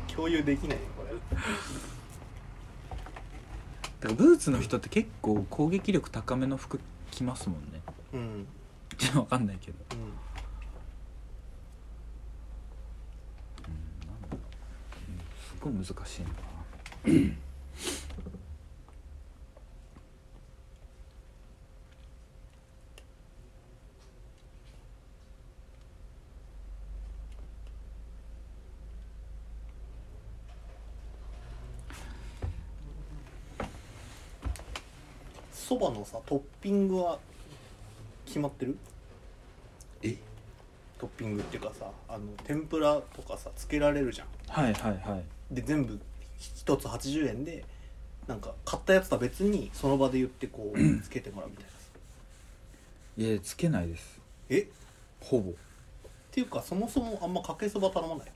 [SPEAKER 1] 共有できないねこれ
[SPEAKER 2] だからブーツの人って結構攻撃力高めの服着ますもんね
[SPEAKER 1] うんうん
[SPEAKER 2] ちょっとわかんないけどなんだろううんすごい難しいな
[SPEAKER 1] そばのさトッピングは決まってる
[SPEAKER 2] え
[SPEAKER 1] トッピングっていうかさあの天ぷらとかさつけられるじゃん
[SPEAKER 2] はいはいはい
[SPEAKER 1] で全部1つ80円でなんか買ったやつとは別にその場で言ってこ うつけてもらうみたいない
[SPEAKER 2] やつけないです
[SPEAKER 1] えっ
[SPEAKER 2] ほぼ
[SPEAKER 1] ていうかそもそもあんまかけそば頼まない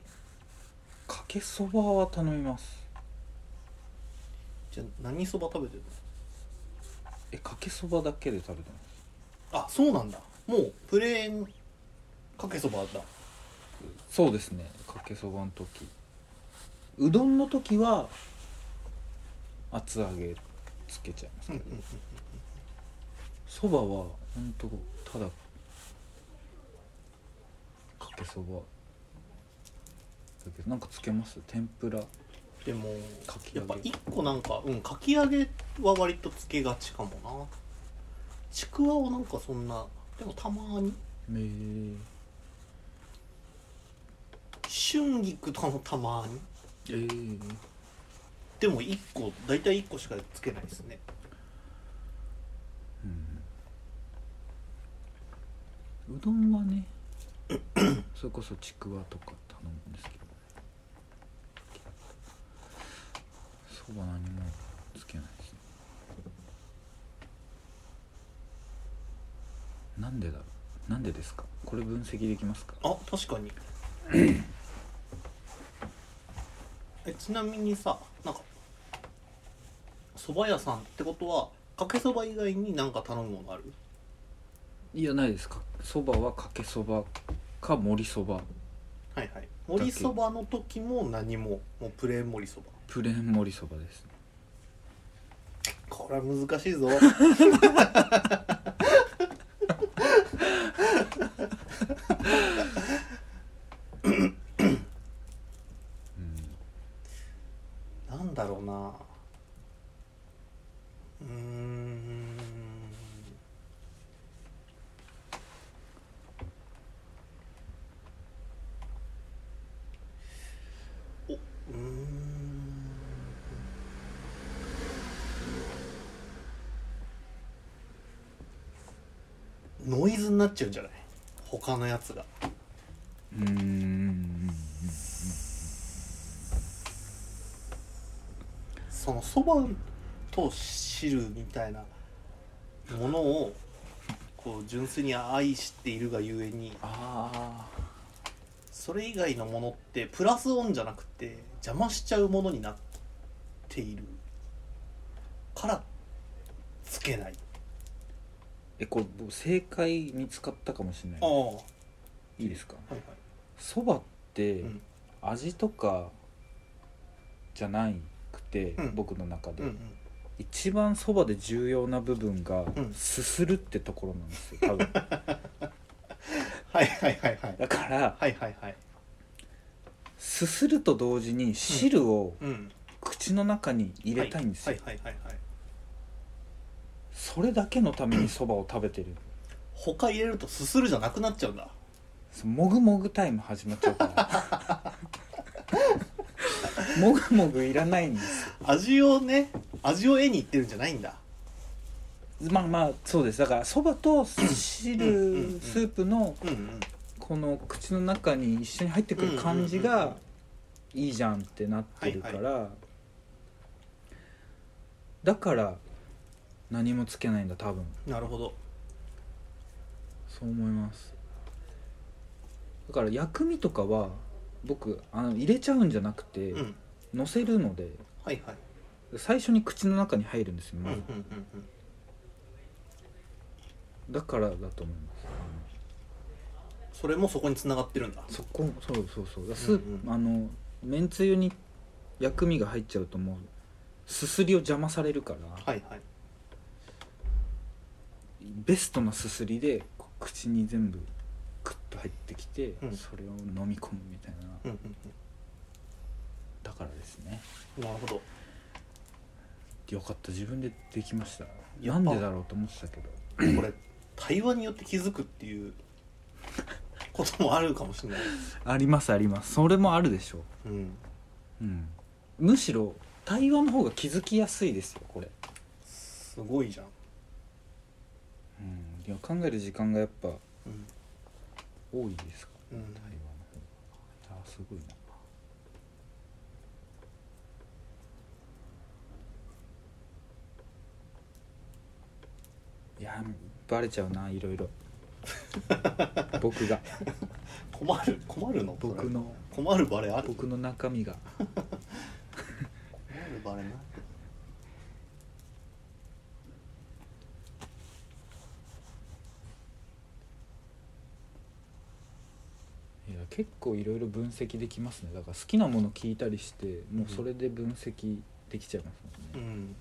[SPEAKER 2] かけそばは頼みます
[SPEAKER 1] じゃあ何そば食べてるの
[SPEAKER 2] えかけそばだけで食べてま
[SPEAKER 1] あそうなんだもうプレーンかけそばだ
[SPEAKER 2] すそうですねかけそばの時うどんの時は厚揚げつけちゃいますけどそばはほんとただかけそばだけどなんかつけます天ぷら
[SPEAKER 1] でも
[SPEAKER 2] かき揚げ
[SPEAKER 1] やっぱ一個なんかうんかき揚げは割とつけがちかもなちくわをなんかそんなでもたまに
[SPEAKER 2] めー
[SPEAKER 1] 春菊とかもたまに
[SPEAKER 2] えー、
[SPEAKER 1] でも一個大体一個しかつけないですね
[SPEAKER 2] うどんはね それこそちくわとか頼むんですけどそば何もつけないですねなんでだろうなんでですかこれ分析できますか
[SPEAKER 1] あ確かに えちなみにさなんか蕎麦屋さんってことはかけそば以外に何か頼むものある
[SPEAKER 2] いやないですかそばはかけそばか盛りそば
[SPEAKER 1] はいはい盛りそばの時も何ももうプレーン盛りそば
[SPEAKER 2] プレーン盛りそばですね
[SPEAKER 1] これは難しいぞなんだろうなうーんおうーんノイズになっちゃうんじゃない他のやつが
[SPEAKER 2] うんうん
[SPEAKER 1] そのそばと汁みたいなものをこう純粋に愛しているがゆえに
[SPEAKER 2] あ
[SPEAKER 1] それ以外のものってプラスオンじゃなくて邪魔しちゃうものになっているからつけない
[SPEAKER 2] えこれ僕正解に使ったかもしれない
[SPEAKER 1] ああはい
[SPEAKER 2] いいですか
[SPEAKER 1] いはい
[SPEAKER 2] そばって
[SPEAKER 1] うん
[SPEAKER 2] 味とかじゃなくて、
[SPEAKER 1] うん
[SPEAKER 2] 僕の中
[SPEAKER 1] う
[SPEAKER 2] で、
[SPEAKER 1] んうん
[SPEAKER 2] 一番そばで重要な部分が、
[SPEAKER 1] うん
[SPEAKER 2] すするってところなんですよ多 分
[SPEAKER 1] はいはいはいはい
[SPEAKER 2] だから
[SPEAKER 1] はいはいはい
[SPEAKER 2] すすると同時に汁を
[SPEAKER 1] うん
[SPEAKER 2] 口の中に入れたいんですよ、
[SPEAKER 1] はいはいはいはい
[SPEAKER 2] それだけのためにそばを食べてる
[SPEAKER 1] 他入れるとすするじゃなくなっちゃうんだ
[SPEAKER 2] そのもぐもぐタイム始まっちゃうから もぐもぐいらないんです
[SPEAKER 1] 味をね味を絵にいってるんじゃないんだ
[SPEAKER 2] よまあまあそうですだからそばと汁
[SPEAKER 1] うんうんうん
[SPEAKER 2] スープの
[SPEAKER 1] うんうん
[SPEAKER 2] この口の中に一緒に入ってくる感じ
[SPEAKER 1] うんうんうんうん
[SPEAKER 2] がいいじゃんってなってるから、だから何もつけないんだ多分
[SPEAKER 1] なるほど
[SPEAKER 2] そう思いますだから薬味とかは僕あの入れちゃうんじゃなくて
[SPEAKER 1] うん
[SPEAKER 2] 乗せるので
[SPEAKER 1] はいはい
[SPEAKER 2] 最初に口の中に入るんですよ、
[SPEAKER 1] うん
[SPEAKER 2] ま
[SPEAKER 1] うんう
[SPEAKER 2] ず
[SPEAKER 1] んうん
[SPEAKER 2] だからだと思います
[SPEAKER 1] それもそこに繋がってるんだ
[SPEAKER 2] そこそうそうそうだスープ、
[SPEAKER 1] うんうん
[SPEAKER 2] あのめんつゆに薬味が入っちゃうともうすすりを邪魔されるから、
[SPEAKER 1] はいはい
[SPEAKER 2] ベストなすすりでこう口に全部クッと入ってきて、
[SPEAKER 1] うん
[SPEAKER 2] それを飲み込むみたいな
[SPEAKER 1] うんうん
[SPEAKER 2] だからですね
[SPEAKER 1] うんなる ほど
[SPEAKER 2] よかった自分でできました
[SPEAKER 1] や
[SPEAKER 2] な
[SPEAKER 1] っぱ
[SPEAKER 2] んでだろうと思ってたけど
[SPEAKER 1] これ対話によって気づくっていうこともあるかもしれない、
[SPEAKER 2] ありますありますそれもあるでしょう、
[SPEAKER 1] うん、
[SPEAKER 2] うん、むしろ対話の方が気づきやすいですよこれ
[SPEAKER 1] すごいじゃん、
[SPEAKER 2] うんいや考える時間がやっぱ
[SPEAKER 1] うん
[SPEAKER 2] 多いですか
[SPEAKER 1] うん
[SPEAKER 2] 対話の方があすごいなやバレちゃうないろ いろ僕が
[SPEAKER 1] 困る困るの
[SPEAKER 2] 僕の
[SPEAKER 1] それ困るバレある
[SPEAKER 2] 僕の中身が
[SPEAKER 1] 困るバレない
[SPEAKER 2] いや結構いろいろ分析できますねだから好きなもの聞いたりしてもうそれで分析できちゃいますもん
[SPEAKER 1] う
[SPEAKER 2] ね、
[SPEAKER 1] ん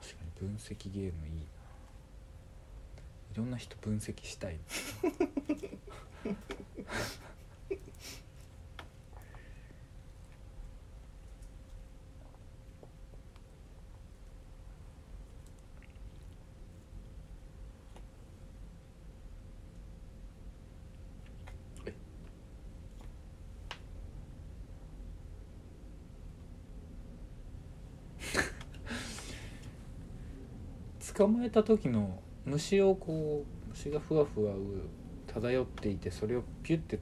[SPEAKER 2] 確かに分析ゲームいいないろんな人分析したいな捕まえた時の虫をこう虫がふわふわ漂っていてそれをピュッて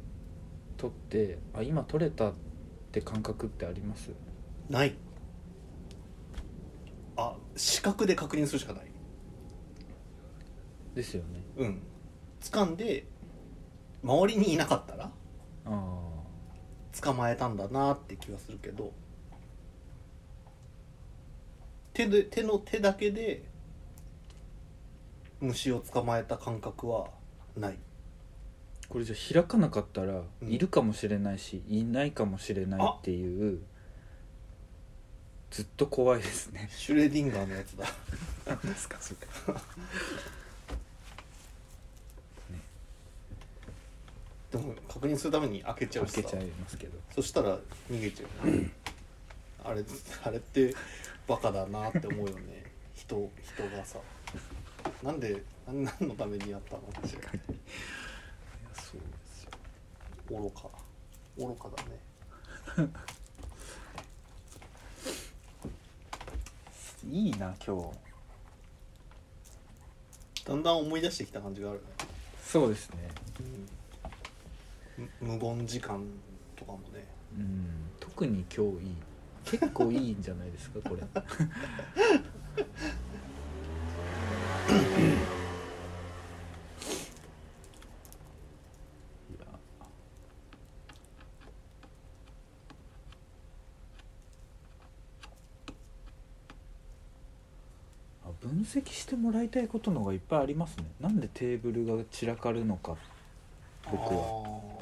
[SPEAKER 2] 取ってあ今取れたって感覚ってあります
[SPEAKER 1] ないあ視覚で確認するしかない
[SPEAKER 2] ですよね
[SPEAKER 1] うん掴んで周りにいなかったら
[SPEAKER 2] ああ
[SPEAKER 1] 捕まえたんだなって気がするけど手で手の手だけで虫を捕まえた感覚はない
[SPEAKER 2] これじゃ開かなかったら、
[SPEAKER 1] うん
[SPEAKER 2] いるかもしれないしいないかもしれないっていうずっと怖いですね
[SPEAKER 1] シュレディンガーのやつだ
[SPEAKER 2] 何ですかそれ
[SPEAKER 1] でも確認するために開けちゃ
[SPEAKER 2] 開
[SPEAKER 1] うし
[SPEAKER 2] けち
[SPEAKER 1] さ
[SPEAKER 2] ゃいますけど
[SPEAKER 1] そしたら逃げちゃうよねあれあれってバカだなって思うよね人人がさなんで何のためにやったのって
[SPEAKER 2] そうですよ
[SPEAKER 1] 愚か愚かだね
[SPEAKER 2] いいな今日
[SPEAKER 1] だんだん思い出してきた感じがあるね
[SPEAKER 2] そうですね
[SPEAKER 1] む無言時間とかもね
[SPEAKER 2] うん特に今日いい結構いいんじゃないですかこれあ分析してもらいたいことの方がいっぱいありますねなんでテーブルが散らかるのか僕は
[SPEAKER 1] は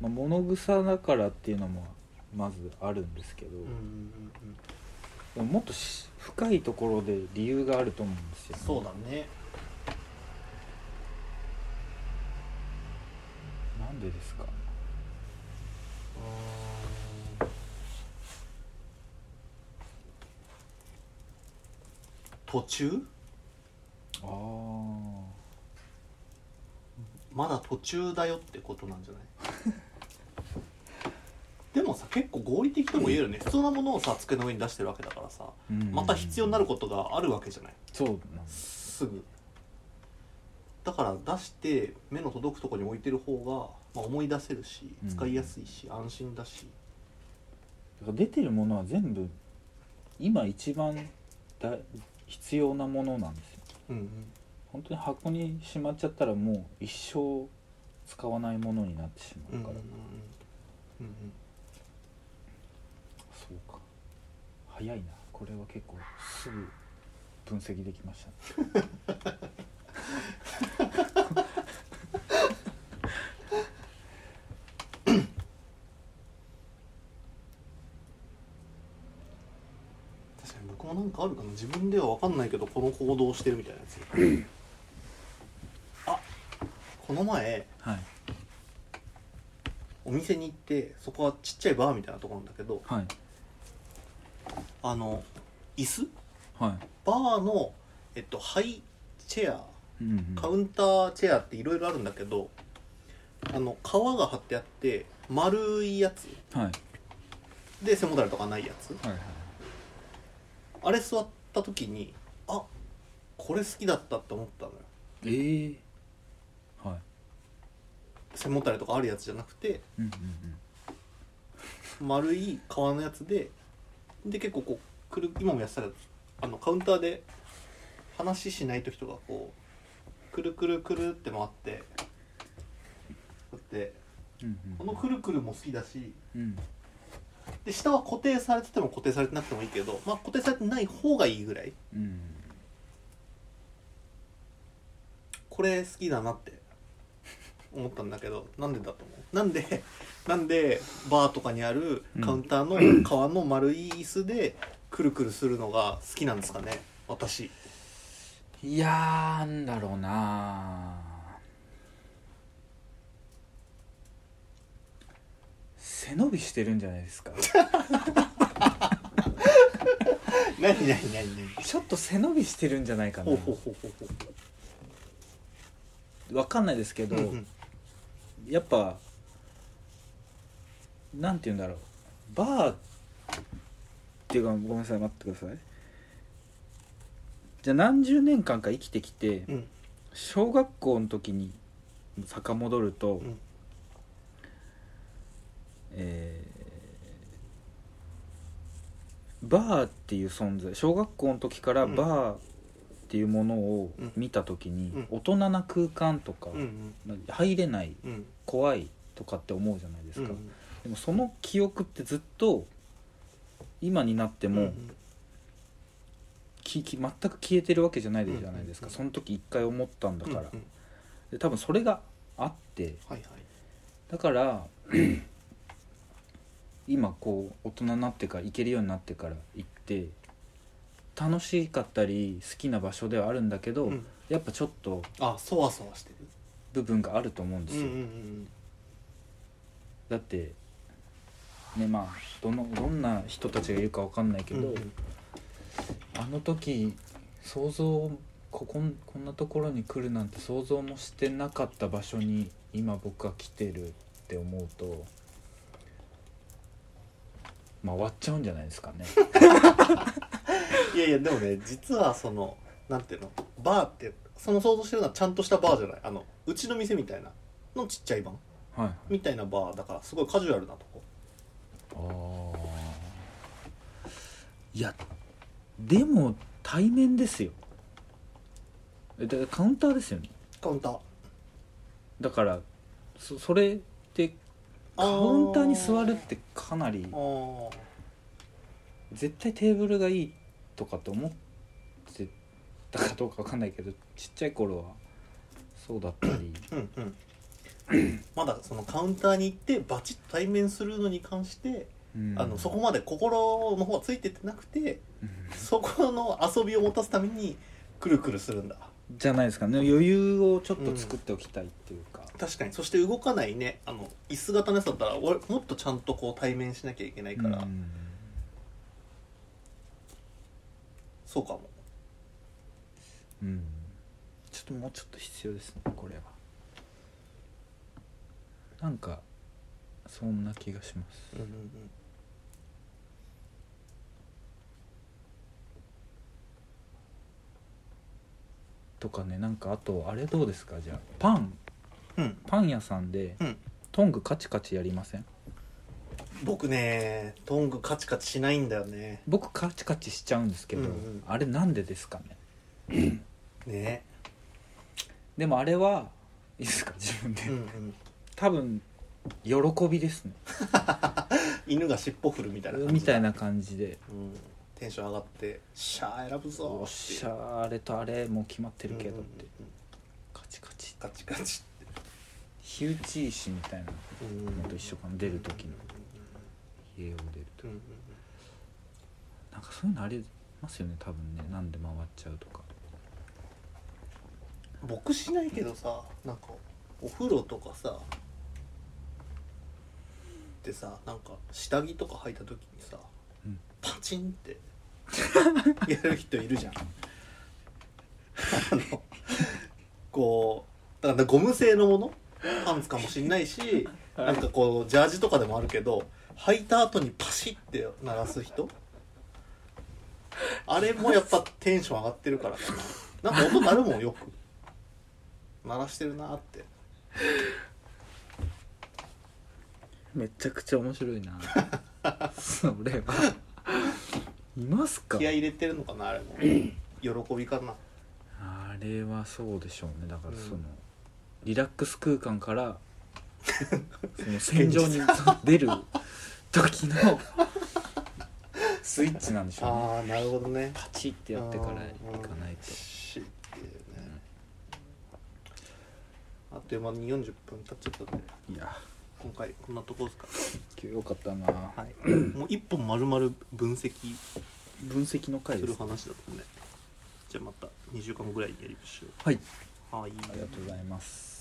[SPEAKER 2] まあ、物草だからっていうのもまずあるんですけど、
[SPEAKER 1] うんうんうんうん
[SPEAKER 2] でももっとし深いところで理由があると思うんですよ、ね、
[SPEAKER 1] そうだね
[SPEAKER 2] なんでですか
[SPEAKER 1] うーん途中
[SPEAKER 2] ああ
[SPEAKER 1] まだ途中だよってことなんじゃない でもさ結構合理的とも言えるよね必要なものをさ机の上に出してるわけだからさまた必要になることがあるわけじゃない
[SPEAKER 2] そうなんです
[SPEAKER 1] すぐだから出して目の届くところに置いてる方が、まあ、思い出せるし
[SPEAKER 2] うん
[SPEAKER 1] 使いやすいし、安心だし
[SPEAKER 2] だから出てるものは全部今一番だ必要なものなんですよ
[SPEAKER 1] うんうん
[SPEAKER 2] 本当に箱にしまっちゃったらもう一生使わないものになってし
[SPEAKER 1] う
[SPEAKER 2] ま
[SPEAKER 1] んうん
[SPEAKER 2] うから、
[SPEAKER 1] うんうん
[SPEAKER 2] そうか早いなこれは結構すぐ分析できましたね
[SPEAKER 1] 確かに僕もなんかあるかな自分では分かんないけどこの行動をしてるみたいなやつ あこの前
[SPEAKER 2] はい
[SPEAKER 1] お店に行ってそこはちっちゃいバーみたいなとこなんだけど
[SPEAKER 2] はい
[SPEAKER 1] あの椅子
[SPEAKER 2] は
[SPEAKER 1] バーの、えっと、ハイチェア
[SPEAKER 2] い、うんうん、
[SPEAKER 1] カウンターチェアっていろいろあるんだけどあの革が張ってあって丸いやつ
[SPEAKER 2] はい
[SPEAKER 1] で背もたれとかないやつ
[SPEAKER 2] はいはい
[SPEAKER 1] あれ座った時にあこれ好きだったって思ったのよ
[SPEAKER 2] えー、はい
[SPEAKER 1] 背もたれとかあるやつじゃなくて
[SPEAKER 2] うんうん
[SPEAKER 1] 丸い革のやつでで結構こうくる今もやってたけどあのカウンターで話しない時とかこうくるくるくるって回ってだって
[SPEAKER 2] うん
[SPEAKER 1] このくるくるも好きだし
[SPEAKER 2] うんうん
[SPEAKER 1] で下は固定されてても固定されてなくてもいいけど、まあ、固定されてない方がいいぐらい
[SPEAKER 2] うん
[SPEAKER 1] これ好きだなって思ったんだけどなんでだと思うなんでなんでバーとかにあるカウンター の革の丸い椅子でくるくるするのが好きなんですかね 私
[SPEAKER 2] いやーなんだろうな背伸びしてるんじゃない ですか
[SPEAKER 1] 何何何何
[SPEAKER 2] ちょっと背伸びしてるんじゃないかな
[SPEAKER 1] ほうほうほうほうほ
[SPEAKER 2] わかんないですけど、
[SPEAKER 1] ううんうん
[SPEAKER 2] やっぱなんて言うんだろうバーっていうかごめんなさい待ってくださいじゃあ何十年間か生きてきて、
[SPEAKER 1] うん
[SPEAKER 2] 小学校の時に遡ると、
[SPEAKER 1] うん
[SPEAKER 2] えーバーっていう存在小学校の時から
[SPEAKER 1] うん
[SPEAKER 2] バーっていうものを
[SPEAKER 1] うん
[SPEAKER 2] 見た時に、
[SPEAKER 1] うん
[SPEAKER 2] 大人な空間とか、
[SPEAKER 1] うん
[SPEAKER 2] 入れない
[SPEAKER 1] うんうん
[SPEAKER 2] 怖いとかって思うじゃないです
[SPEAKER 1] うん
[SPEAKER 2] か、でもその記憶ってずっと今になっても、
[SPEAKER 1] うん
[SPEAKER 2] きき全く消えてるわけじゃないじゃないですか、
[SPEAKER 1] うん
[SPEAKER 2] その時一回思ったんだから、
[SPEAKER 1] うんうん
[SPEAKER 2] で多分それがあって
[SPEAKER 1] はいはい
[SPEAKER 2] だから今こう大人になってから行けるようになってから行って楽しかったり好きな場所ではあるんだけど、
[SPEAKER 1] うん
[SPEAKER 2] やっぱちょっと
[SPEAKER 1] あそわそわして
[SPEAKER 2] 部分があると思うんで
[SPEAKER 1] る
[SPEAKER 2] すよ、
[SPEAKER 1] ん
[SPEAKER 2] だってねまあどのどんな人たちがいるかわかんないけど、
[SPEAKER 1] うん
[SPEAKER 2] あの時想像ここんこんなところに来るなんて想像もしてなかった場所に今僕が来てるって思うとまあ終わっちゃうんじゃないですかね
[SPEAKER 1] いやいやでもね実はそのなんていうの バーってその想像してるのはちゃんとしたバーじゃないあのうちの店みたいなのちっちゃい版
[SPEAKER 2] はい
[SPEAKER 1] みたいなバーだからすごいカジュアルなとこ
[SPEAKER 2] あいやでも対面ですよえだカウンターですよね
[SPEAKER 1] カウンター
[SPEAKER 2] だからそそれって
[SPEAKER 1] あ
[SPEAKER 2] カウンターに座るってかなり
[SPEAKER 1] あー
[SPEAKER 2] 絶対テーブルがいいとかって思ってたかどうかわかんないけどちっちゃい頃はそうだったり
[SPEAKER 1] うんうん まだそのカウンターに行ってバチッと対面するのに関して、あのそこまで心の方はついてってなくて
[SPEAKER 2] うん
[SPEAKER 1] そこの遊びを持たすためにくるくるするんだ
[SPEAKER 2] じゃないですかね余裕をちょっと作っておきたいっていうか、
[SPEAKER 1] 確かにそして動かないねあの椅子型のやつだったら俺もっとちゃんとこう対面しなきゃいけないから、
[SPEAKER 2] うん
[SPEAKER 1] そうかも
[SPEAKER 2] うんちょっともうちょっと必要ですねこれはなんかそんな気がします
[SPEAKER 1] うんうんうん
[SPEAKER 2] とかねなんかあとあれどうですかじゃあパン
[SPEAKER 1] うん
[SPEAKER 2] パン屋さんで
[SPEAKER 1] うん
[SPEAKER 2] トングカチカチやりません
[SPEAKER 1] 僕ねトングカチカチしないんだよね
[SPEAKER 2] 僕カチカチしちゃうんですけど、
[SPEAKER 1] うんうん
[SPEAKER 2] あれなんでですかね
[SPEAKER 1] ね
[SPEAKER 2] でもあれはいいですか自分で、
[SPEAKER 1] うんうん
[SPEAKER 2] 多分喜びですね
[SPEAKER 1] 犬が尻尾振るみたいな感じ
[SPEAKER 2] みたいな感じで
[SPEAKER 1] うん、テンション上がって「シャー選ぶぞ」
[SPEAKER 2] おっしゃあれとあれもう決まってるけど
[SPEAKER 1] うんう
[SPEAKER 2] って、
[SPEAKER 1] んうん
[SPEAKER 2] カチカチ
[SPEAKER 1] カチカチって
[SPEAKER 2] 火打ち石みたいな
[SPEAKER 1] うん
[SPEAKER 2] のと一緒かな出る時の家を出ると
[SPEAKER 1] うんうんうん
[SPEAKER 2] なんかそういうのありますよね多分ねなんで回っちゃうとか
[SPEAKER 1] 僕しないけどさなんかお風呂とかさでさなんか下着とか履いた時にさ、
[SPEAKER 2] うん
[SPEAKER 1] パチンってやる人いるじゃんあのこうだからゴム製のものパンツかもしんないし、
[SPEAKER 2] はい
[SPEAKER 1] なんかこうジャージとかでもあるけど履いた後にパシッて鳴らす人あれもやっぱテンション上がってるからかななんか音鳴るもんよく鳴らしてるなって
[SPEAKER 2] めちゃくちゃ面白いな それはいますか
[SPEAKER 1] 気合い入れてるのかなあれ も喜びかな
[SPEAKER 2] あれはそうでしょうねだからその、
[SPEAKER 1] うん
[SPEAKER 2] リラックス空間から その戦場に出る時のスイッチなんでしょうね
[SPEAKER 1] ああなるほどね
[SPEAKER 2] パチってやってから行かないと
[SPEAKER 1] シッてねあっという間に40分経っちゃったんで
[SPEAKER 2] いや
[SPEAKER 1] 今回こんなとこですか
[SPEAKER 2] 今日よかったな
[SPEAKER 1] はい もう一本丸々分析
[SPEAKER 2] 分析の回
[SPEAKER 1] す
[SPEAKER 2] で
[SPEAKER 1] る
[SPEAKER 2] す
[SPEAKER 1] 話だったねじゃあまた2週間後ぐらいにやりましょ
[SPEAKER 2] はいう
[SPEAKER 1] はい
[SPEAKER 2] ありがとうございます